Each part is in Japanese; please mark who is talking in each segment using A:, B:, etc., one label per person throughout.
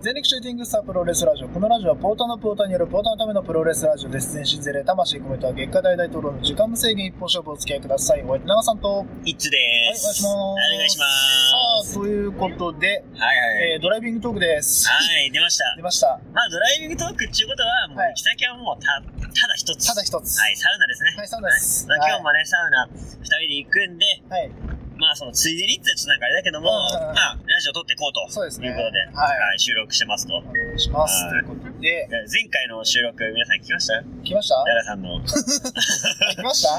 A: 全力シューティングスタープロレスラジオこのラジオはポーターのポーターによるポーターのためのプロレスラジオです全身全霊魂込めた月下大大統領の時間無制限一本勝負お付き合いくださいお相手長さんとはい
B: イッチ
A: お願い
B: で
A: します
B: す。お願いします。
A: さあということで、
B: はいはい。
A: えードライビングトークです
B: はい、出ました。
A: 出ました
B: まあ、ドライビングトークっていうことは、もう
A: はい
B: 行き先はもうた、ただ一つ。
A: ただ一つ
B: はい、サウナですね。
A: はいサウナです
B: まあ今日もね、サウナ二人で行くんで、
A: はい
B: まあ、その、ついでにってちょっとなんかあれだけど
A: う
B: も、
A: んうんうん
B: まあ、ラジオ撮っていこうと。
A: そうですね
B: いうことで、
A: はい
B: はい、収録してますと。
A: お願いしますとい
B: はいう
A: ことで
B: 前回の収録、皆さん聞きました
A: 来ま した
B: ダラさんの。
A: 来ました
B: あ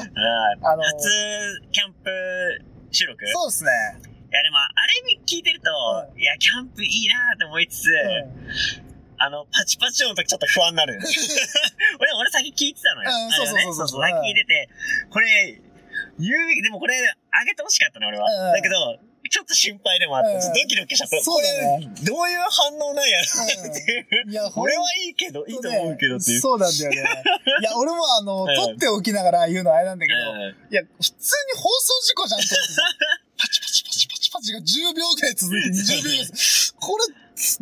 A: あのー
B: 初キャンプ収録
A: そうですね、
B: いやでも、あれ聞いてると、
A: う
B: いや、キャンプいいなーって思いつつ、
A: うん
B: あの、パチパチ音の時ちょっと不安にな る。俺、俺先聞いてたのよ。
A: うん
B: あれを
A: そ
B: ね
A: うそうそうそう
B: 先聞いてて、これ、言う、でもこれ、あげてほしかったの俺は。
A: うんうん
B: だけど、ちょっと心配でもあって、
A: うん
B: ちょっとドキドキしちゃった。
A: そうだね
B: これどういう反応なんやろ
A: う
B: うんっていう。
A: いやほん
B: 俺はいいけど、いいと思うけどっていう。
A: そうなんだよね。いや、俺もあの、
B: うん
A: 撮っておきながら言うのはあれなんだけど、
B: うん
A: いや、普通に放送事故じゃんと思ってさ、パチパチパチパチパチが10秒くらい続いて20秒ぐらい。これ、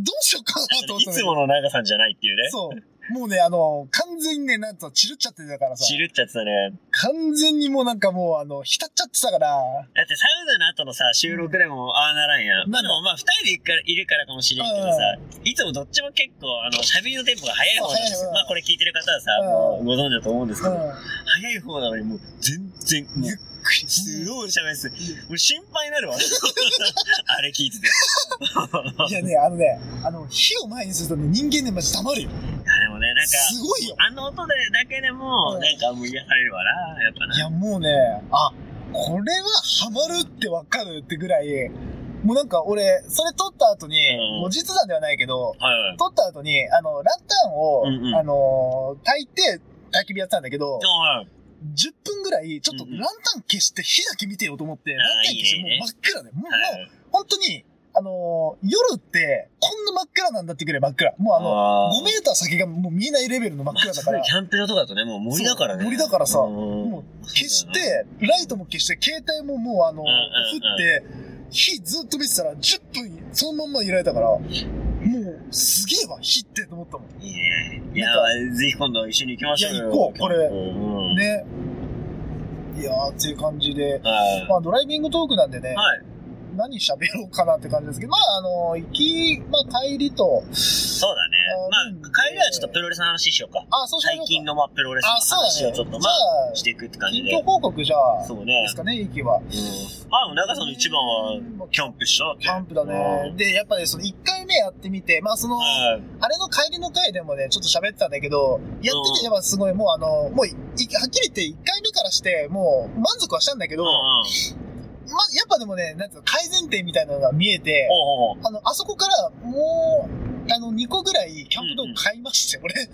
A: どうしようかなと思っ
B: い
A: たんだけ
B: つ
A: ど
B: もの長さんじゃないっていうね。
A: そう。もうね、あの、完全にね、なんと、散るっちゃってたからさ
B: 知、るっちゃってたね。
A: 完全にもうなんかもう、あの、浸っちゃってたから、
B: だってサウナの後のさ、収録でも、ああならんやん。
A: な
B: まあ
A: んだ
B: でもまあ二人でいるからいるからかもしれんけどさ、いつもどっちも結構、あの、喋りのテンポが早い方なんです
A: あ早い
B: よ。
A: うん
B: まあこれ聞いてる方はさ、
A: うん
B: もうご存知だと思うんですけ
A: う
B: ど、
A: ん。
B: 早い方なのにもう全然、もう
A: ゆっ、くり
B: す
A: す
B: ごい喋るす。もう心配にな るわ。あれ聞いてて。
A: いやね、あのね、あの、火を前にするとね、人間ね、マジ黙るよ。
B: いやでもね、なんか、
A: すごいよ。
B: あの音でだけで
A: う
B: も、
A: ん
B: なんかもう癒されるわな、やっぱ
A: い
B: な。
A: や、もうね、あ、これはハマるってわかるってぐらい、もうなんか俺、それ撮った後に
B: う、ん
A: 後日談ではないけど、
B: はいはい。
A: 撮った後に、あの、ランタンを、
B: うんうん
A: あのー、焚いて、焚き火やってたんだけど
B: で、もはい
A: 10分ぐらい、ちょっと
B: う
A: ラ
B: んう
A: ン
B: ん
A: タン消して火だけ見てよと思って、
B: あー
A: ランタン消して、
B: いい
A: もう
B: ね
A: 真っ暗ね。もう、も
B: は
A: う
B: い。
A: 本当に、あのー、夜って、こんな真っ暗なんだってぐらい真っ暗。もうあの、
B: あ
A: 5メーター先がもう見えないレベルの真っ暗だ
B: だ
A: か
B: からら。キ、ャンプ場とかだとね、もう森だから
A: そ
B: ね。
A: う森だからさ
B: うん
A: もう消して、ライトも消して、携帯ももうあの、
B: んうん
A: 降って、火ずっと見てたら、10分そのまんま揺られたから、もう、すげえわ、火ってと思ったもん。
B: いいね。いや
A: な、
B: ぜひ今度一緒に行きましょうよ。
A: いや行こうこれ
B: うん
A: ね。いやー、っていう感じで。
B: はい。
A: まあ、ドライビングトークなんでね、
B: はい。
A: 何喋ろうかなって感じですけど、まあ、あの、行き、まあ、帰りと、
B: そうだね
A: あ。
B: まあ
A: うん、
B: 帰りはちょっとプロレスの話しようか。
A: あ、そうしましょうか
B: 最近のまあプロレスの
A: あ、そうだね。
B: 話をちょっとまあ、し
A: じ
B: ていくって感
A: ゃあ、
B: じ
A: 近
B: で
A: 況。報告じゃあ、
B: そうね
A: で。すかね、行きは。
B: うんまあ、長さの一番は、キャンプしたって。
A: キャンプだね。で、やっぱね、その1回目やってみて、まあ、その、
B: はい。
A: あれの帰りの回でもね、ちょっと喋ってたんだけど、やっててやっぱすごい、もうあの、もうい、いはっきり言って1回目からして、もう満足はしたんだけど、
B: うん
A: ま、やっぱでもね、なんていうの、改善点みたいなのが見えて、
B: おうおうおう
A: あの、あそこからもう、あの、2個ぐらいキャンプ道具買いまして、俺。
B: あ、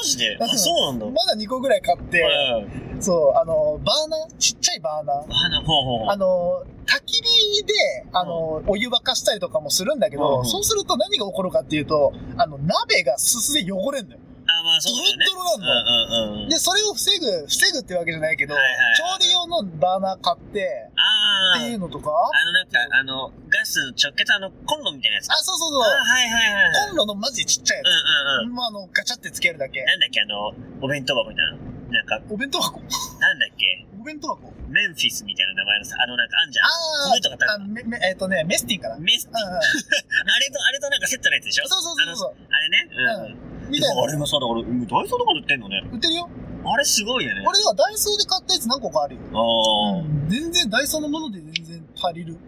B: マジであ、そうなんだ。
A: まだ2個ぐらい買って、
B: はい
A: そう、あの、バーナー、ちっちゃいバーナー。
B: あなほうほうほう
A: あの、焚き火で、あの、お湯沸かしたりとかもするんだけ
B: う
A: ど、
B: んうん
A: そうすると何が起こるかっていうと、あの、鍋がすすで汚れんのよ。
B: あ、まあ、
A: ド
B: そう
A: ロ
B: だよね
A: ッ。ドロなんだよ。
B: うんうんうん。
A: で、それを防ぐ、防ぐってわけじゃないけど、
B: はいはいはい
A: 調理用のバーナー買って、
B: あ
A: っていう
B: ー、
A: のとか、
B: あの、なんか、あの、ガス直結、あの、コンロみたいなやつ。
A: あ、そうそうそう、
B: あ、はいはいはいはい。
A: コンロのマジちっちゃいや
B: う
A: つ、
B: んうんうん。
A: もうあの、ガチャってつけるだけ。
B: なんだっけ、あの、お弁当箱みたいな。なんか、
A: お弁当箱
B: なんだっけ、
A: お弁当箱
B: メンフィスみたいな名前のさ、あの、なんかあんじゃん。
A: あ
B: 米とか
A: あ、あ
B: 炊く
A: めめえっ、とね、メスティンかな。うんうん、
B: メス、あ れと、あれとなんかセットのやつでしょ
A: そうそうそうそう。
B: あれね。うん。
A: みたい
B: でもあれ
A: な。
B: もさ、だから、うんダイソーとかで売ってんのね。
A: 売ってるよ。
B: あれすごいよね。
A: 俺ではダイソーで買ったやつ何個かあるよ。
B: ああ、
A: うん全然ダイソーのもので全然足りる。こ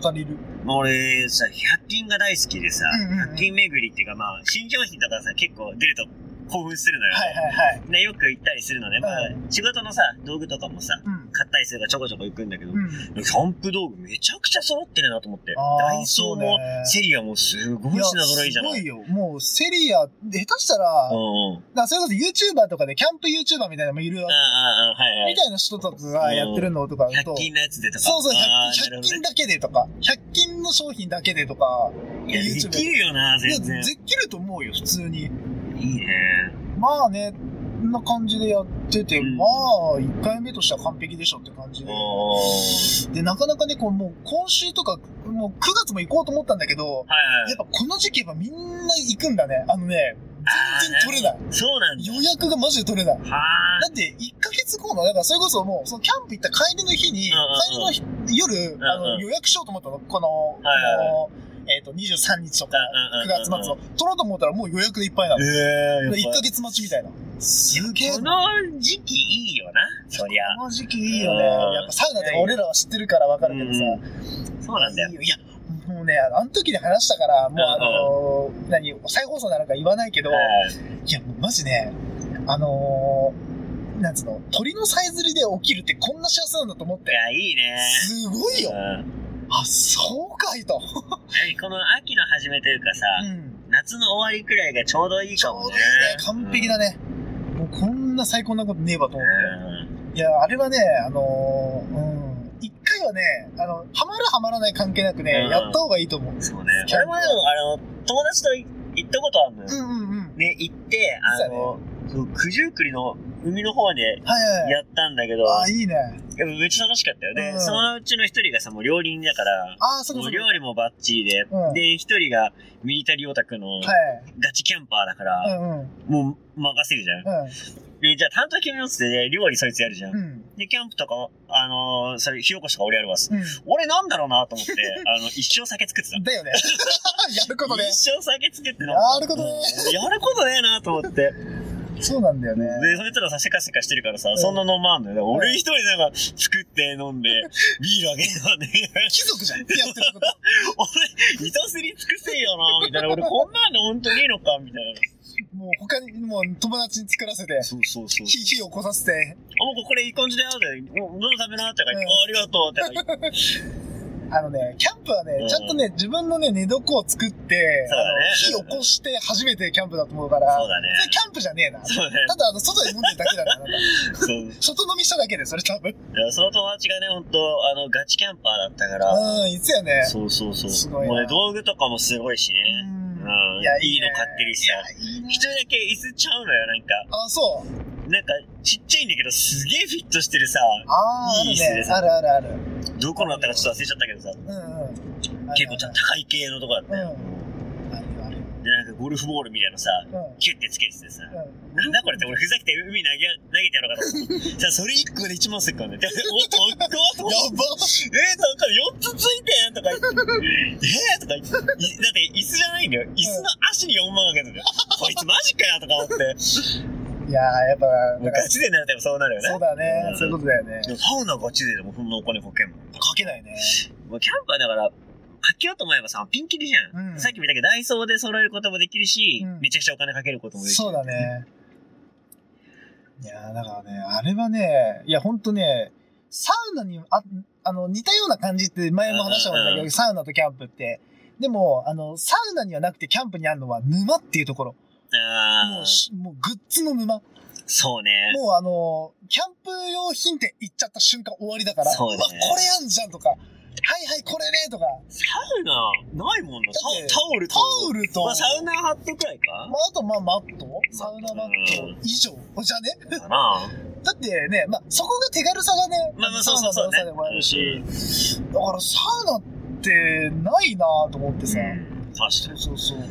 A: と足りる。
B: まあ俺さ、100均が大好きでさ、
A: うんうんうん
B: 100均巡りっていうかまあ、新商品とかさ、結構出ると興奮するのよ。
A: はいはいはい。
B: ね、よく行ったりするのね。まあ、
A: う
B: 仕事のさ、道具とかもさ、
A: うん。
B: 買ったりするからちょこちょこ行くんだけど、
A: うん。
B: キャンプ道具めちゃくちゃ揃ってるなと思って。
A: あー
B: ダイソ
A: そ
B: ーも
A: うね
B: セリアもすごい
A: いや
B: 品揃えじゃない
A: すごいよ。もう、セリア、下手したら、
B: うんうん。
A: だからそれこそ YouTuber とかで、キャンプ YouTuber みたいなのもいるわ
B: ああ、ああ、はいは
A: み
B: い。
A: たいな人とかがやってるのとかだと
B: 100、均のやつでとか。
A: そうそう、
B: ああ
A: 100,
B: な
A: 100
B: るほど
A: 均
B: ね
A: だけでとか、100均の商品だけでとか、
B: いや、で
A: YouTube
B: きるよな、
A: いや、
B: 全然。
A: できると思うよ、普通に。
B: いいね。
A: まあね、こんな感じでやってて、
B: うん
A: まあ、1回目としては完璧でしょって感じで。
B: おー。
A: で、なかなかね、こう、もう、今週とか、もうもう9月も行こうと思ったんだけど、
B: はいはい
A: やっ。ぱこの時期はみんな行くんだね。あのね、全然取れない。
B: い。そうなんだ。
A: 予約がマジで取れない。
B: は
A: だって、1ヶ月後の、だからそれこそもう、そのキャンプ行った帰りの日に、
B: うんうんうん
A: 帰りの日夜、
B: ん
A: あの予約しようと思ったの。この、
B: はいはい
A: このえっ、と、23日とか、
B: あ。
A: 9月末の。取ろうと思ったらもう予約でいっぱいなの。
B: ええ
A: 1ヶ月待ちみたいな。すげえな。
B: この時期いいよな、そりゃ。
A: この時期いいよね。
B: うん
A: やっぱサウナで俺らは知ってるからわかるけどさ。
B: そうなんだよ。
A: いいよいや、もうね、あのあの時に話したから、もうあのー、何、再放送なのか言わないけど、
B: はい
A: いや、もうマジね、あのー、なんつうの、鳥のさえずりで起きるってこんな幸せなんだと思っ
B: い
A: て。
B: や、いいね。
A: すごいよ。
B: うん
A: あ、そうかいと。
B: 何この秋の始めというかさ、
A: うん。
B: 夏の終わりくらいがちょうどいい
A: ち
B: か
A: ょう
B: も
A: どいい
B: ね
A: ね。完璧だね。もうこんな最高なことねえわと思って。
B: うん。
A: いや、あれはね、あのー、うん。一回はね、あの、ハマるハマらない関係なくね、
B: うん
A: やった方がいいと思う。
B: そうね。俺もでも、あの、友達と行ったことあるのよ
A: う。んうんうん。
B: ね、行って、あの、そう九十九里の海の方で
A: はいはいはい。
B: やったんだけど、
A: ああ、いいね。
B: やっぱめっちゃ楽しかったよ。で、
A: うん
B: そのうちの一人がさ、もう料理人だから、
A: ああ、そうか
B: も
A: そううか。
B: 料理もバッチリで、
A: うん
B: で、一人がミリタリーオタクの
A: はい。
B: ガチキャンパーだから、
A: うんうん。
B: もう任せるじゃん。で、じゃあ担当決めようっつって、ね、料理そいつやるじゃん。
A: うん。うん。
B: で、キャンプとか、あのーそれ、火起こしとか俺やるわっす。
A: う
B: 俺なんだろうなと思って、 あの、一生酒作ってた
A: ん。。だよね。 やることね。
B: 一生酒作っての。
A: やることね
B: うんやることねえなと思って。
A: そうなんだよね。
B: で、そいつらさ、せかせかしてるからさ
A: う、ん
B: そんな飲まんのよ。だから俺一人でなんか、作って飲んで、ビールあげて 飲んで、
A: 貴族じゃん。やってること。
B: 俺、糸すり尽くせよな、みたいな。俺こんなんで本当にいいのか、みたいな。
A: もう他に、もう友達に作らせて、
B: そうそうそう。
A: 火、火を起こさせて。
B: あ、もうこれいい感じだよ、って。もうどう食べなって言うから、
A: うん
B: あありがとう、って言うから。
A: あのね、キャンプは
B: う
A: ね
B: ん、
A: ちゃんとね、自分のね、寝床を作って、
B: そうだね
A: あの火起こして初めてキャンプだと思うから、
B: そうだね
A: それキャンプじゃねえな。た
B: そうね。
A: だ、あの、外で飲んでるだけだな、あなた
B: そう。
A: 外飲みしただけで、それ多分。
B: だからその友達がね、本当あの、ガチキャンパーだったから。
A: うん、いつやね。
B: そうそうそう。
A: すごいな
B: もうね、道具とかもすごいし
A: う
B: ね。うんん。
A: いや、
B: いいの
A: ね
B: 買ってるしさ。
A: いいね
B: 一人だけ椅子ちゃうのよ、なんか。
A: あ、そう。
B: なんか、ちっちゃいんだけど、すげえフィットしてるさ。
A: ああ、ある
B: いい椅子で
A: ね。
B: す
A: あるあるある。
B: どこのだったかちょっと忘れちゃったけどさ。
A: うんうん。
B: 結構ちゃんと高い系のとこだったよ。
A: あるある。
B: で、なんかゴルフボールみたいなのさ、
A: うん。
B: キュッてつけててさ。
A: うん
B: なんだこれって俺ふざけて海投げや、投げてやろうかと思 って。さ、それ1個で1万するからね。でおっと、おっと、おっと
A: やば
B: えー、なんか4つついてんとか言って、えーとか言って、いだって椅子じゃないんだよ。椅子の足に4万かけ てんだよ。こいつマジかよとか思って。
A: いやー、やっぱ、
B: もう
A: だか
B: ガ
A: ら
B: チでなるとやっぱそうなるよね。
A: そうだね
B: う。ん
A: そういうことだよね
B: で。もサウナガチででもそんなお金かけんもん。
A: かけないね。
B: もうキャンパーだから、かけようと思えばさ、ピンキリじゃん。
A: うん
B: さっき見たけど、ダイソーで揃えることもできるし、
A: うん
B: めちゃくちゃお金かけることもできる。
A: そうだ。ね。いやー、だからね、あれはね、いや、ほんとね、サウナに、あ、あの、似たような感じって前も話したことだ
B: う
A: け
B: んうんう
A: ど、サウナとキャンプって。でも、あの、サウナにはなくてキャンプにあるのは沼っていうところ。
B: あ
A: も
B: あ
A: う、、しもうグッズの沼。
B: そうね。
A: もうあのーキャンプ用品店行っちゃった瞬間終わりだから、
B: そうね
A: わ、これやんじゃんとか、はいはい、これねとか、
B: サウナ、ないもんな。タ
A: だって
B: タオルと。
A: タオルと、
B: まあ、サウナハットくらいか
A: まあ、あと、まあ、マットサウナマット
B: うん
A: 以上じゃね
B: かな。
A: だってね、まあ、そこが手軽さがね、
B: まあまあ
A: サウナの
B: そうそうそうね
A: 良さでもあるし、だからサウナってないなぁと思ってさ、
B: うん確か
A: そ
B: に
A: う。そうそう。う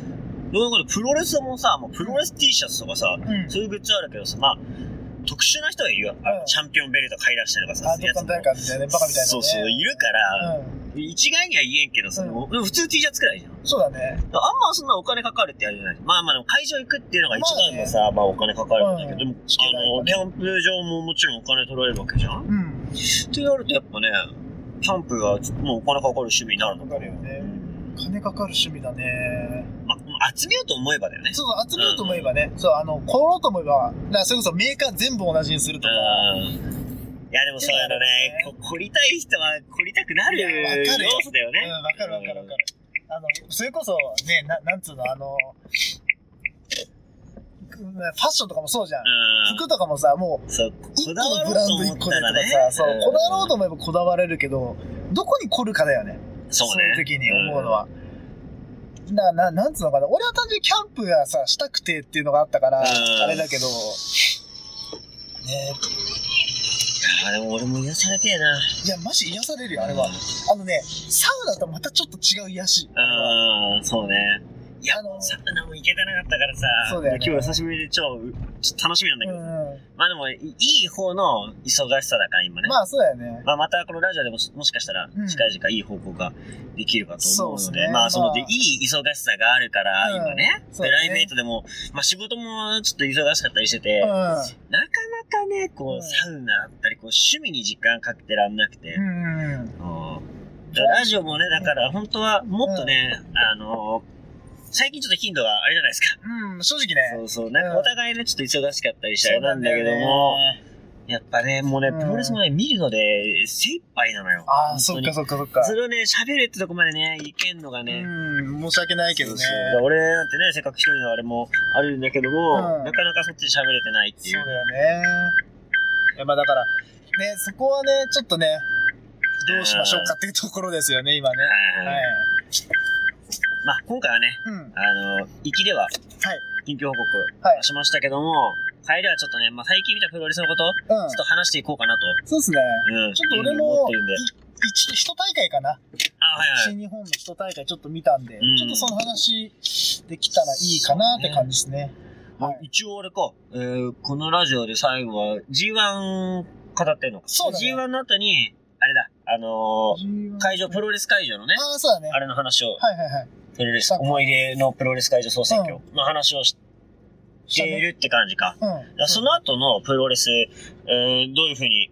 B: どういうことプロレスもさ、もうプロレス T シャツとかさ、
A: ん。
B: そういうグッズあるけどさ、まあ、特殊な人はいるよ。あの
A: うん
B: チャンピオンベルト買い出したりとかさ、
A: あ、どっかの誰かみたいなね、バカみたいな、ね。
B: そうそう、いるから、
A: うん。
B: 一概には言えんけどさ、
A: うん
B: でも普通 T シャツくらいじゃん。
A: そうだね。
B: あんまそんなお金かかるってあれじゃない。まあまあ、でも会場行くっていうのが一番のさ、まあ、お金かかるんだけど、でも、
A: チケット代
B: あの、
A: と
B: キ
A: ね
B: ャンプ場ももちろんお金取られるわけじゃん。
A: うん。
B: ってなるとやっぱね、キャンプがちょっともうお金かかる趣味になるの
A: かかるよね
B: うん
A: 金かかる趣味だね。
B: まあ、集めようと思えばだよね。
A: そうそう、集めようと思えばね、そう、あの、買ろうと思えば、だからそれこそメーカー全部同じにするとか、
B: うんいやでもそうやろね、こ凝りたい人は凝りたくなる
A: いやわかるよ
B: 要素だよね。
A: うん、わかるわかるわかる。あの、それこそ、ね、ななんつうの、あの、ファッションとかもそうじゃん。
B: うん。
A: 服とかもさ、もう、
B: そう、
A: 一個
B: こだわ
A: の
B: ろ
A: ブ
B: う
A: ラン
B: と
A: ド
B: 思
A: 一
B: った
A: 個でとか
B: らね。
A: さ、そう、こだわろうと
B: 思
A: 思えばこだわれるけど、どこに凝るかだよね。
B: そう
A: い
B: ね。
A: う時に思うのは。な、な、なんつうのかな。俺は単純にキャンプがさ、したくてっていうのがあったから、
B: うん
A: あれだけど、ね
B: やーでも俺も癒されてえな。
A: いや、マジ癒されるよ、あれは。あのね、サウナとはまたちょっと違う癒し。
B: あー、そうね。いや
A: あの、
B: サウナも行けてなかったからさ、
A: そうだよね
B: 今日久しぶりで超、ちょっと楽しみなんだ
A: う
B: けどさ。
A: ん。
B: まあでも、いいい方の忙しさだから、今ね。まあ、
A: まあ、そうだよね。
B: またこのラジオでもしもしかしたら
A: うん、
B: 近々いい方向ができるかと思う
A: そう
B: ので、
A: ですね
B: まあ、その、で、い
A: まあ
B: い忙しさがあるから、
A: うん
B: 今ね、
A: そう
B: プ
A: だ
B: ラ
A: ね
B: イベートでも、まあ仕事もちょっと忙しかったりしてて、
A: う
B: なか
A: ん。
B: なかね、こ
A: う
B: う、
A: ん
B: サウナだったり、こう、趣味に時間かけてらんなくて、
A: うんうん。
B: うんラジオもね、だから本当はもっとね、あの最近ちょっと頻度があれじゃないですか。
A: うん、正直ね。
B: そうそう。なん
A: う
B: か
A: ん
B: お互いね、ちょっと忙しかったりしてあれなんだけども、やっぱね、もうね、
A: うん
B: プロレスもね、見るので精一杯なのよ。
A: ああ、
B: 本
A: そ
B: 当
A: っ
B: に
A: かそっかそっか。
B: それをね、喋るってとこまでね、いけんのがね。
A: うん、申し訳ないけどね。
B: そうそう俺なんてね、せっかく一人のあれもあるんだけども、
A: うん
B: なかなかそっちで喋れてないってい
A: そう
B: う。
A: だよね。いや、まあだから、ね、そこはね、ちょっとね、どうしましょうかっていうところですよね、今ね。
B: はい
A: はい。
B: まあ今回はね、
A: うん。はい。
B: あの、行きでは緊急報告
A: はい
B: しましたけども、帰りはちょっとね、まあ最近見たプロレスのこと、
A: うん
B: ちょっ。と話していこうかなと。
A: そうですね。
B: うん。
A: ちょっと
B: いうふう
A: 俺
B: に思っ
A: も
B: てるんで。、
A: い一度、一大会かな。
B: あ、はいはい。
A: 新日本の一大会ちょっと見たんで、
B: うん
A: ちょっとその話できたらいいかなって感じですね。
B: まあ
A: はい
B: 一応俺か、えー、このラジオで最後は G1 語ってんのか。
A: そうだね
B: G1 の後に、あれだ、あのー、会場、プ
A: ロ
B: ロレス会場のね、
A: ああ、そうだね。
B: あれの話を、
A: はいはいはい。
B: プロレス、
A: した
B: 思い出のプロレス会場総選挙の話をし
A: した
B: てい
A: ね。
B: るって感じか。だか
A: う
B: ら
A: ん。
B: その後のプロレス、えー、どういうふうに、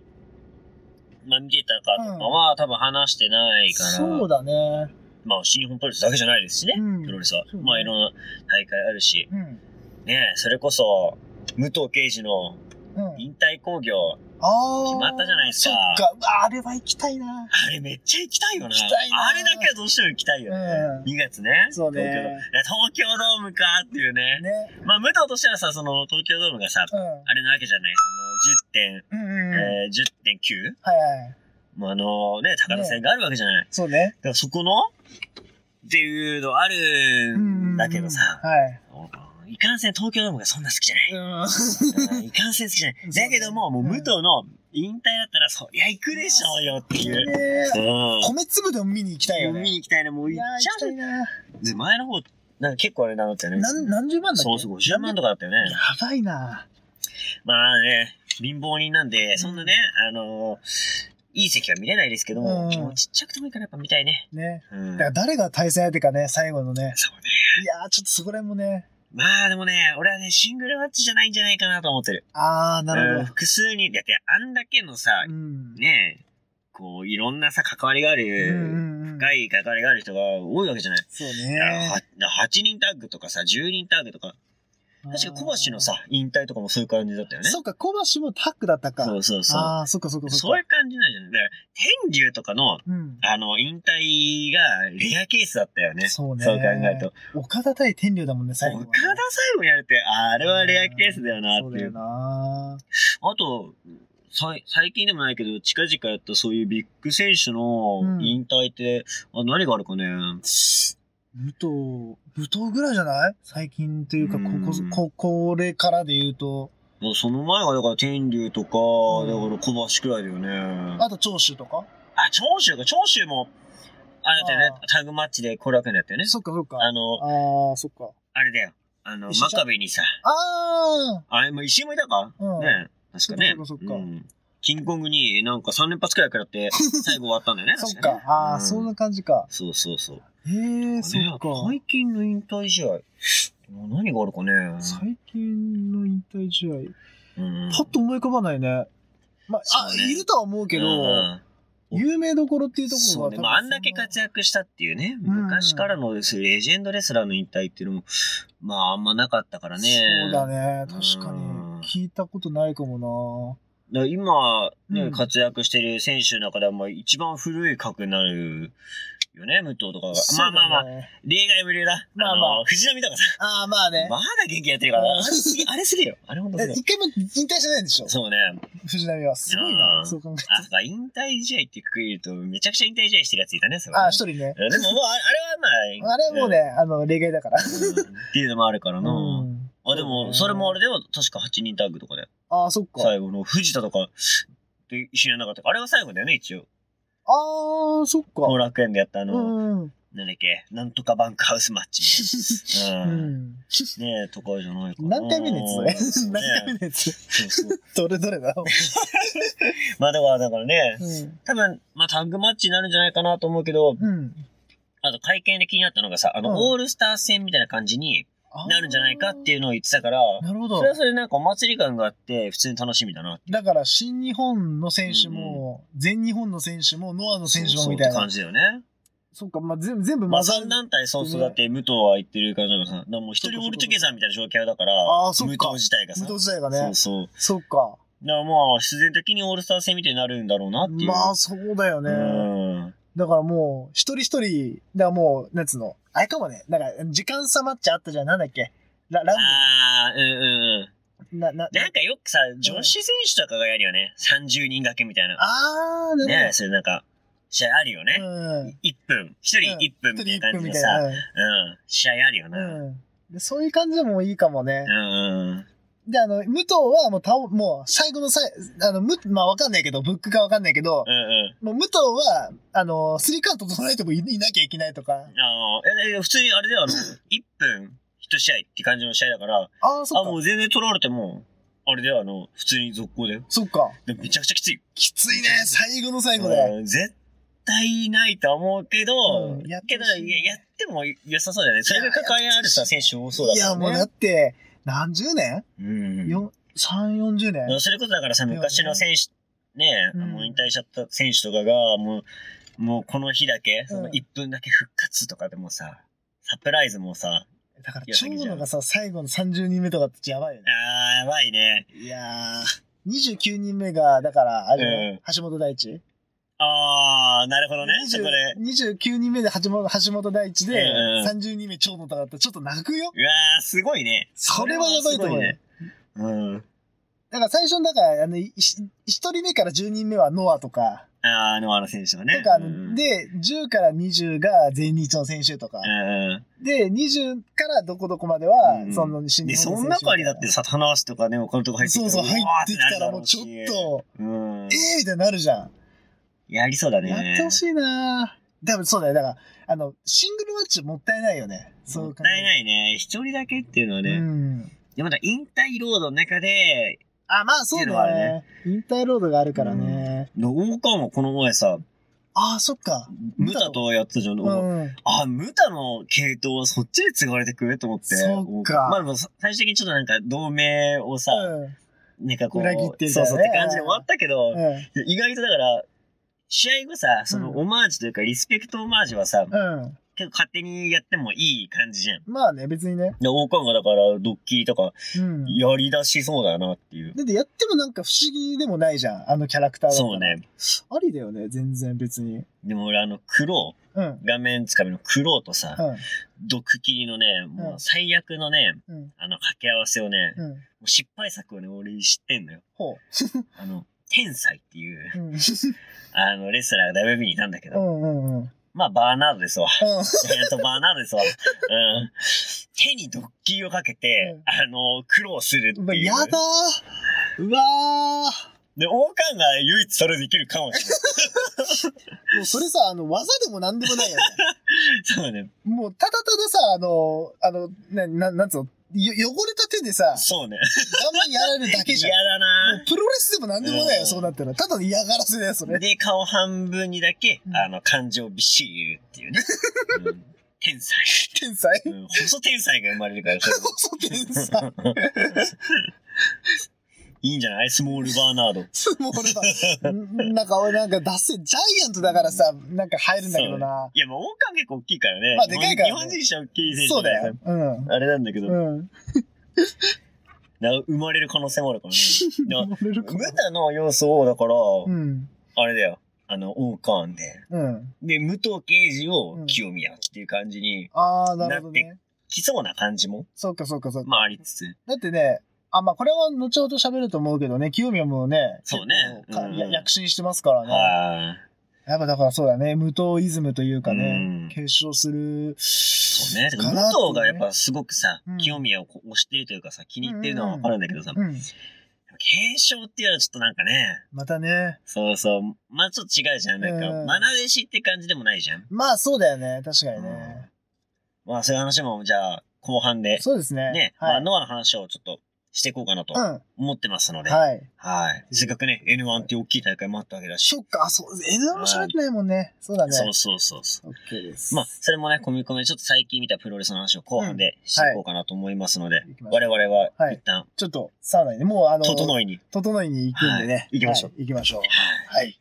B: まあ見てたかとかは、多分話してないから、
A: そうだね。
B: まあ新日本プロレスだけじゃないですしね。
A: うん
B: プロレスは
A: そう。ね
B: まあいろんな大会あるし、
A: うん。
B: ねえ、それこそ、武藤刑事の
A: うん。
B: 引退興行、
A: ああ。
B: 決まったじゃないですか
A: そっか。うわあれは行きたいな。
B: あれめっちゃ行きたいよな。
A: 行きたいな
B: あれだけはどうしても行きたいよね。
A: うん
B: 2月ね。
A: そうね
B: 東京ドームいや東京ドームかっていうね。
A: ね。
B: まあ、武藤としてはさ、その東京ドームがさ、
A: うん。
B: あれなわけじゃない。その10
A: うんうん
B: 点、
A: うん。
B: えー、10.9?
A: はいはい。
B: もうあのね、高田戦があるわけじゃない。
A: そうね。
B: だからそこのっていうのあるんだけどさ、
A: はい。
B: いかんせん東京ドームがそんな好きじゃない。
A: うん。
B: うんいかんせん好きじゃな
A: そう
B: い。
A: ね
B: だけども、もう武藤の引退だったら、そりゃ行くでしょうよっていう。
A: ね
B: うん。も
A: 米粒でも見に行きたいよ
B: う見
A: ね。
B: に行きたいね。もう
A: い
B: 行
A: やー
B: っ
A: 行
B: ち
A: き
B: ゃ
A: たいな。
B: う。で、前の方、なんか結構あれなんだったよね。
A: 何、何十万だっけ
B: そうそう、50万とかだったよね
A: や。ばいな。
B: まあね、貧乏人なんで、そんなね、あのー、いい席は見れないですけども、
A: うん
B: もうちっちゃくてもいいからやっぱ見たいね。
A: ね。
B: うん。
A: だから誰が対戦相手かね、最後のね。
B: そうね。
A: いやー、ちょっとそこら辺もね。
B: まあでもね、俺はね、シングルマッチじゃないんじゃないかなと思ってる。
A: あー、な
B: うん
A: るほ
B: 複数人、だってあんだけのさ
A: ど。う、ん。
B: ねえ、こう、いろんなさ、関わりがあ
A: うんう
B: る、
A: んうん。
B: 深い関わりがある人が多いわけじゃない。
A: そう
B: あ
A: ね。
B: は8人タッグとかさ、10人タッグとか、確か小橋の。さ、引退とかもそういう感じだったよね。
A: そっか、小橋もタックだったか。
B: そうそうそう。
A: あー、そっかそっかそ
B: そう
A: っ
B: い
A: か。
B: う感じなんじゃないだから天竜とかの、
A: うん。
B: あの、引退がレアケースだったよね。
A: そうね
B: そう考えると。
A: 岡田対天竜だもんね、最後は
B: 岡
A: ね。
B: 田最後にやるって、ああれはレアケースだよな
A: そ
B: っ
A: う
B: て
A: だ
B: い
A: よ
B: う。
A: な。
B: あと、さい最近でもないけど、近々やったそういうビッグ選手の引退って、あ何があるかね。
A: 武藤、武藤ぐらいじゃない最近というか、
B: うん
A: ここ、こ、これからで言うと、
B: もうその前がだから天竜とか、
A: ん
B: だから小橋くらいだよね。
A: あと長州とか
B: あ、長州か、長州も、あれだよね
A: あ、
B: タグマッチで後楽園だったよね。
A: そっかそっか。
B: あの、
A: あー、そっか。
B: あれだよ。あの、
A: 石井
B: 真
A: ちゃん
B: 壁にさ、
A: あ
B: あれも石井もいたか
A: ー、うん。
B: ねえ、確かね。
A: そっかそっかそっか
B: うんキングコングになんか3連発くらい食らって、 最後終わったんだよね。
A: そっ
B: 確
A: か
B: ね。
A: あー、
B: うん
A: そんな感じか。
B: そうそうそう。
A: へえ、そ
B: ね
A: っか。
B: 最近の引退試合、もう何があるかね。
A: 最近の引退試合、
B: うん
A: パッと思い浮かばないね。まあ、あ
B: そうね
A: いるとは思うけど、
B: うん
A: 有名どころっていうとこ
B: そ
A: ろ
B: うね。まあ、あんだけ活躍したっていうね、
A: うん
B: 昔からのですレジェンドレスラーの引退っていうのも、まあ、あんまなかったからね。
A: そうだね。確かに
B: うん。
A: 聞いたことないかも
B: だから今、ね
A: うん
B: 活躍してる選手の中では、まあ、一番古い格になるよね、武藤とかが
A: な。。
B: まあまあまあ
A: そ、うだね。
B: 例外無料だ。
A: まあ
B: あ
A: まあ
B: の、藤波とかさ、
A: ああ、まあね。
B: まだ元気やってるから、
A: うん
B: あれすげえ、あれすげえよ。あれほんとす
A: え
B: げえ。
A: 一回も引退してないんでしょ
B: そうね。
A: 藤波は。すごい
B: あ
A: な。
B: ー
A: そう考え
B: あ、そうか、引退試合ってくくりると、めちゃくちゃ引退試合してるやついたね、それ
A: あ
B: は
A: あ、
B: ね
A: 一人ね。
B: うんでも、まあ、あれはまあ、
A: あれはもうね、あの、例外だから。
B: うん。うんっていうのもあるから
A: う
B: な。
A: ん。
B: あ、でも、それもあれでは、確か8人タッグとかで、
A: ああ、そっか。
B: 最後の藤田とか、って知らなかった。あれが最後だよね、一応。
A: あー、そっか。
B: 後楽園でやったあ
A: う
B: の、
A: ん。うん。
B: なんだっけ、なんとかバンクハウスマッチ。う。
A: うんん。
B: ねえ、とかじゃないかな。
A: 何回目のやつそれ 何回目
B: ね
A: のやつ
B: そうそ
A: ど
B: う
A: れどれ だう
B: まあだから、だからね、
A: ん。
B: 多分、まあタッグマッチになるんじゃないかなと思うけど、
A: うん。
B: あと会見で気になったのがさ、あの、
A: うん
B: オールスター戦みたいな感じになるんじゃないかって
A: い
B: いうのを言ってたから、
A: なるほど
B: それ。はそれでなんかお祭り感があって、普通に楽しみだな。
A: だから、新日本の選手も、全日本の選手も、ノアの選手もみたい
B: そうそうっ
A: な
B: て感。じだよね。
A: そっか、まあ、全部、全部
B: まあ
A: 混ざ
B: 3
A: る。
B: 団体そうそうだって、武藤は言ってる感じだからさ、なんかもう一人オールトゥゲザーみたいな状況だから、
A: あーそっ
B: 武
A: か
B: 藤自体が
A: 武
B: さ
A: 藤。自体が
B: そ
A: ね
B: う。そう。
A: そっか。
B: だからまあ、必然的にオールスター戦みたいになるんだろうなっていう。
A: まあ、そうだよ
B: う
A: ね。
B: ん。
A: だからもう、一人一人、だからもう、なんつうの、あれかもね。だから、時間差マッチあったじゃん。なんだっけラ、ラン
B: ああ、うんうんうん。
A: ド。な、な、
B: なんかよくさ、女子選手とかがやるよね。30人掛けみたいな。
A: あー、なるほど。
B: ねそれなんか、試合あるよね。
A: うん。
B: 1分。1人1分みたいな感じでさ、
A: 一人一
B: うん。試合あるよ
A: 分みたいな
B: な。
A: うんでそういう感じでもいいかもね。
B: うんうん。
A: で、あの、武藤はもう倒、もう最後の最、あの、む、まあわかんないけど、ブックかわかんないけど
B: う、んうん。
A: もう武藤は、あの、スリーカウント整えてもいいなきゃいけないとか。
B: あの、え、え普通にあれだよ、あの、1分1試合って感じの試合だから、
A: ああ、そ
B: あ、
A: っか
B: も。う全然取られても、あれだよ、あの、普通に続行だよ。
A: そっか。
B: でもめちゃくちゃきついよ。
A: きついね、最後の最後で。
B: うん絶対ないとは思うけど、
A: うんやって
B: けど
A: ほしいね
B: や、やっても良さそうだよね。それが関わりあるさ、選手多そうだ
A: いや、
B: からね。
A: もうだって、何十年
B: うん。
A: よ、三、四十年
B: うんそれこそだからさ、
A: だよね
B: 昔の選手、ね、
A: うん
B: もう引退しちゃった選手とかが、もう、もうこの日だけ、その
A: うん
B: 1分だけ復活とかでもさ、サプライズもさ、
A: だから、長野がさ、最後の30人目とかってやばいよね。
B: あー、やばいね。
A: いやー、29人目が、だから、あれだよ、
B: うん
A: 橋本大地。
B: あー、なるほどね。そこで。
A: 20 29人目で橋本橋本大地で、
B: うんうん
A: 30人目長野とかだったらちょっと泣くよ。
B: うわー、すごいね。
A: それはやばいと思うよ
B: それはすごいね。うん。
A: だから最初の、だから、あの、いし一人目から10人目はノアとか、
B: あー、ノアの選手はね。
A: とか、あの
B: うん、
A: で、10から20が全日の選手とか
B: う、ん。
A: で、20からどこどこまでは
B: う、ん
A: その新
B: で、
A: 日
B: そ
A: 本選手
B: の
A: みた
B: 中
A: い
B: に
A: な
B: だって、サタナースとかね、岡野とか入ってきた
A: そう
B: ら
A: そう、入ってきたらもうちょっ。
B: わ
A: と、
B: ーなるだろ
A: え
B: うし
A: えーみたいになるじゃん。
B: うん。やりそうだね。
A: やってほしいな多分そうだよ。だから、あの、シングルマッチもったいないよね。そう
B: も
A: 考
B: っ
A: え
B: たいないね。一人だけっていうのはね。
A: うん。
B: で、また引退ロードの中で、
A: あ、まあそう
B: っていうのはあ
A: だ
B: る
A: ね。引退ロードがあるからね。
B: の大川もこの前さ、
A: ああ、そっか。
B: ムタとやってたじゃん。
A: うん。
B: あ、ムタの系統はそっちで継がれてくれと思って。
A: そっか
B: まあでも、最終的にちょっとなんか同盟をさ、
A: うん
B: なんかこう、
A: 裏切ってんだよね
B: そうそうって感じで終わったけど、
A: うん。
B: 意外とだから、試合後さ、その
A: うん
B: オマージュというか、リスペクトオマージュはさ、
A: うん。
B: 結構勝手にやってもいい感じじゃん。
A: まあね、別にね。
B: で、大川がだから、ドッキリとか、
A: うん。
B: やり出しそうだなっていう。
A: だってやってもなんか不思議でもないじゃん。あのキャラクターだから
B: そう。ね。
A: ありだよね、全然別に。
B: でも俺あの、苦労、
A: うん。うん。
B: 画面つかみの苦労とさ、毒切りのね、もう最悪のね、
A: うん。
B: あの、掛け合わせをね、も
A: うん。
B: う失敗作をね、俺知ってんのよ。
A: ほう。
B: あの、天才っていう、
A: うん。
B: あの、レスラーが WB にいたんだけ
A: う
B: ど、
A: んうんうん。うん。
B: まあ、バーナードですわ。えっと、バーナー ドですわ。うん。手にドッキリをかけて、
A: うん
B: あの、苦労するっていう
A: う。わやだーうわ
B: で、王冠が唯一それできるかもし
A: ーもうそれさ、あの、技でもなんでもないよね。
B: れない。そうね。
A: もう、ただたださ、あの、あの、な、ななんつうの、よ汚れた手でさ、
B: そうね。
A: 顔面やられるだけじゃ
B: 嫌
A: ん。
B: だ
A: も
B: な
A: うプロレスでもなんでもないよ、
B: うん
A: そうなったら。ただの嫌がらせだよ、それ。
B: で、顔半分にだけ、
A: うん
B: あの、感情をびっしり入れるっていうね。うん天才。
A: 天才
B: うん、細天才が生まれるか ら、それも
A: 細天才。
B: いいんじゃないスモールバーナード。
A: スモール だ。んなんか俺なんか出せ、ジャイアントだからさ、なんか入るんだけどな。
B: いや、まあ、王冠結構大きいからね。
A: まあでかいからね
B: 日本人しは大きい選手
A: そう
B: から
A: だよ。うん。
B: あれなんだけど、
A: うん。
B: な生まれる可能性も あるからね。だか
A: 漏れる
B: ら
A: かな
B: ムタの要素を、だから、
A: うん。
B: あれだよ。あの、王冠で。
A: うん。
B: で、武藤敬司を清宮っていう感じに、
A: ああ、なるほど
B: な
A: ね。
B: 来そうな感じも、
A: そうかそうかそうか。
B: まあありつつ。
A: だってね、あ、まあこれは後ほど喋ると思うけどね、清宮もね、
B: そうね
A: 結構か
B: うん
A: や躍進してますからね。
B: は
A: やっぱだからそうだね、無党イズムというか
B: うん
A: ね、継承する。
B: い。そうね。てか
A: か
B: 武
A: なっていうね
B: 藤がやっぱすごくさ
A: うん、
B: 清宮をこう推してるというかさ、気に入ってるのはわかるんだけどさ、
A: うん。
B: 継承っていうのはちょっとなんかね、
A: またね。
B: そうそう、まあちょっと違うじゃん。なんか、
A: うん
B: まな弟子って感じでもないじゃん。
A: まあそうだよね。確かにね。
B: まあそういう話も、じゃあ、後半で、
A: そうですね。
B: ね、ま
A: は
B: あ
A: い。
B: ノアの話をちょっとしていこうかなと
A: うん。
B: 思ってますので、はい。
A: はい。
B: せっかくね、N1 っていう大きい大会もあったわけだし、
A: そっか、あそう、N1 も喋ってないもんね。そうだね。
B: そうそうそうそう。
A: オッケーです。
B: まあ、それもね、込み込みでちょっと最近見たプロレスの話を後半でしていこうかなと思いますので、
A: 行きましょう
B: 我々は
A: はい
B: 一旦、
A: ちょっと、サウナにね、もうあの、
B: 整いに、
A: 整いに行くんでね。
B: はい行きましょう
A: はい行きましょう。はい。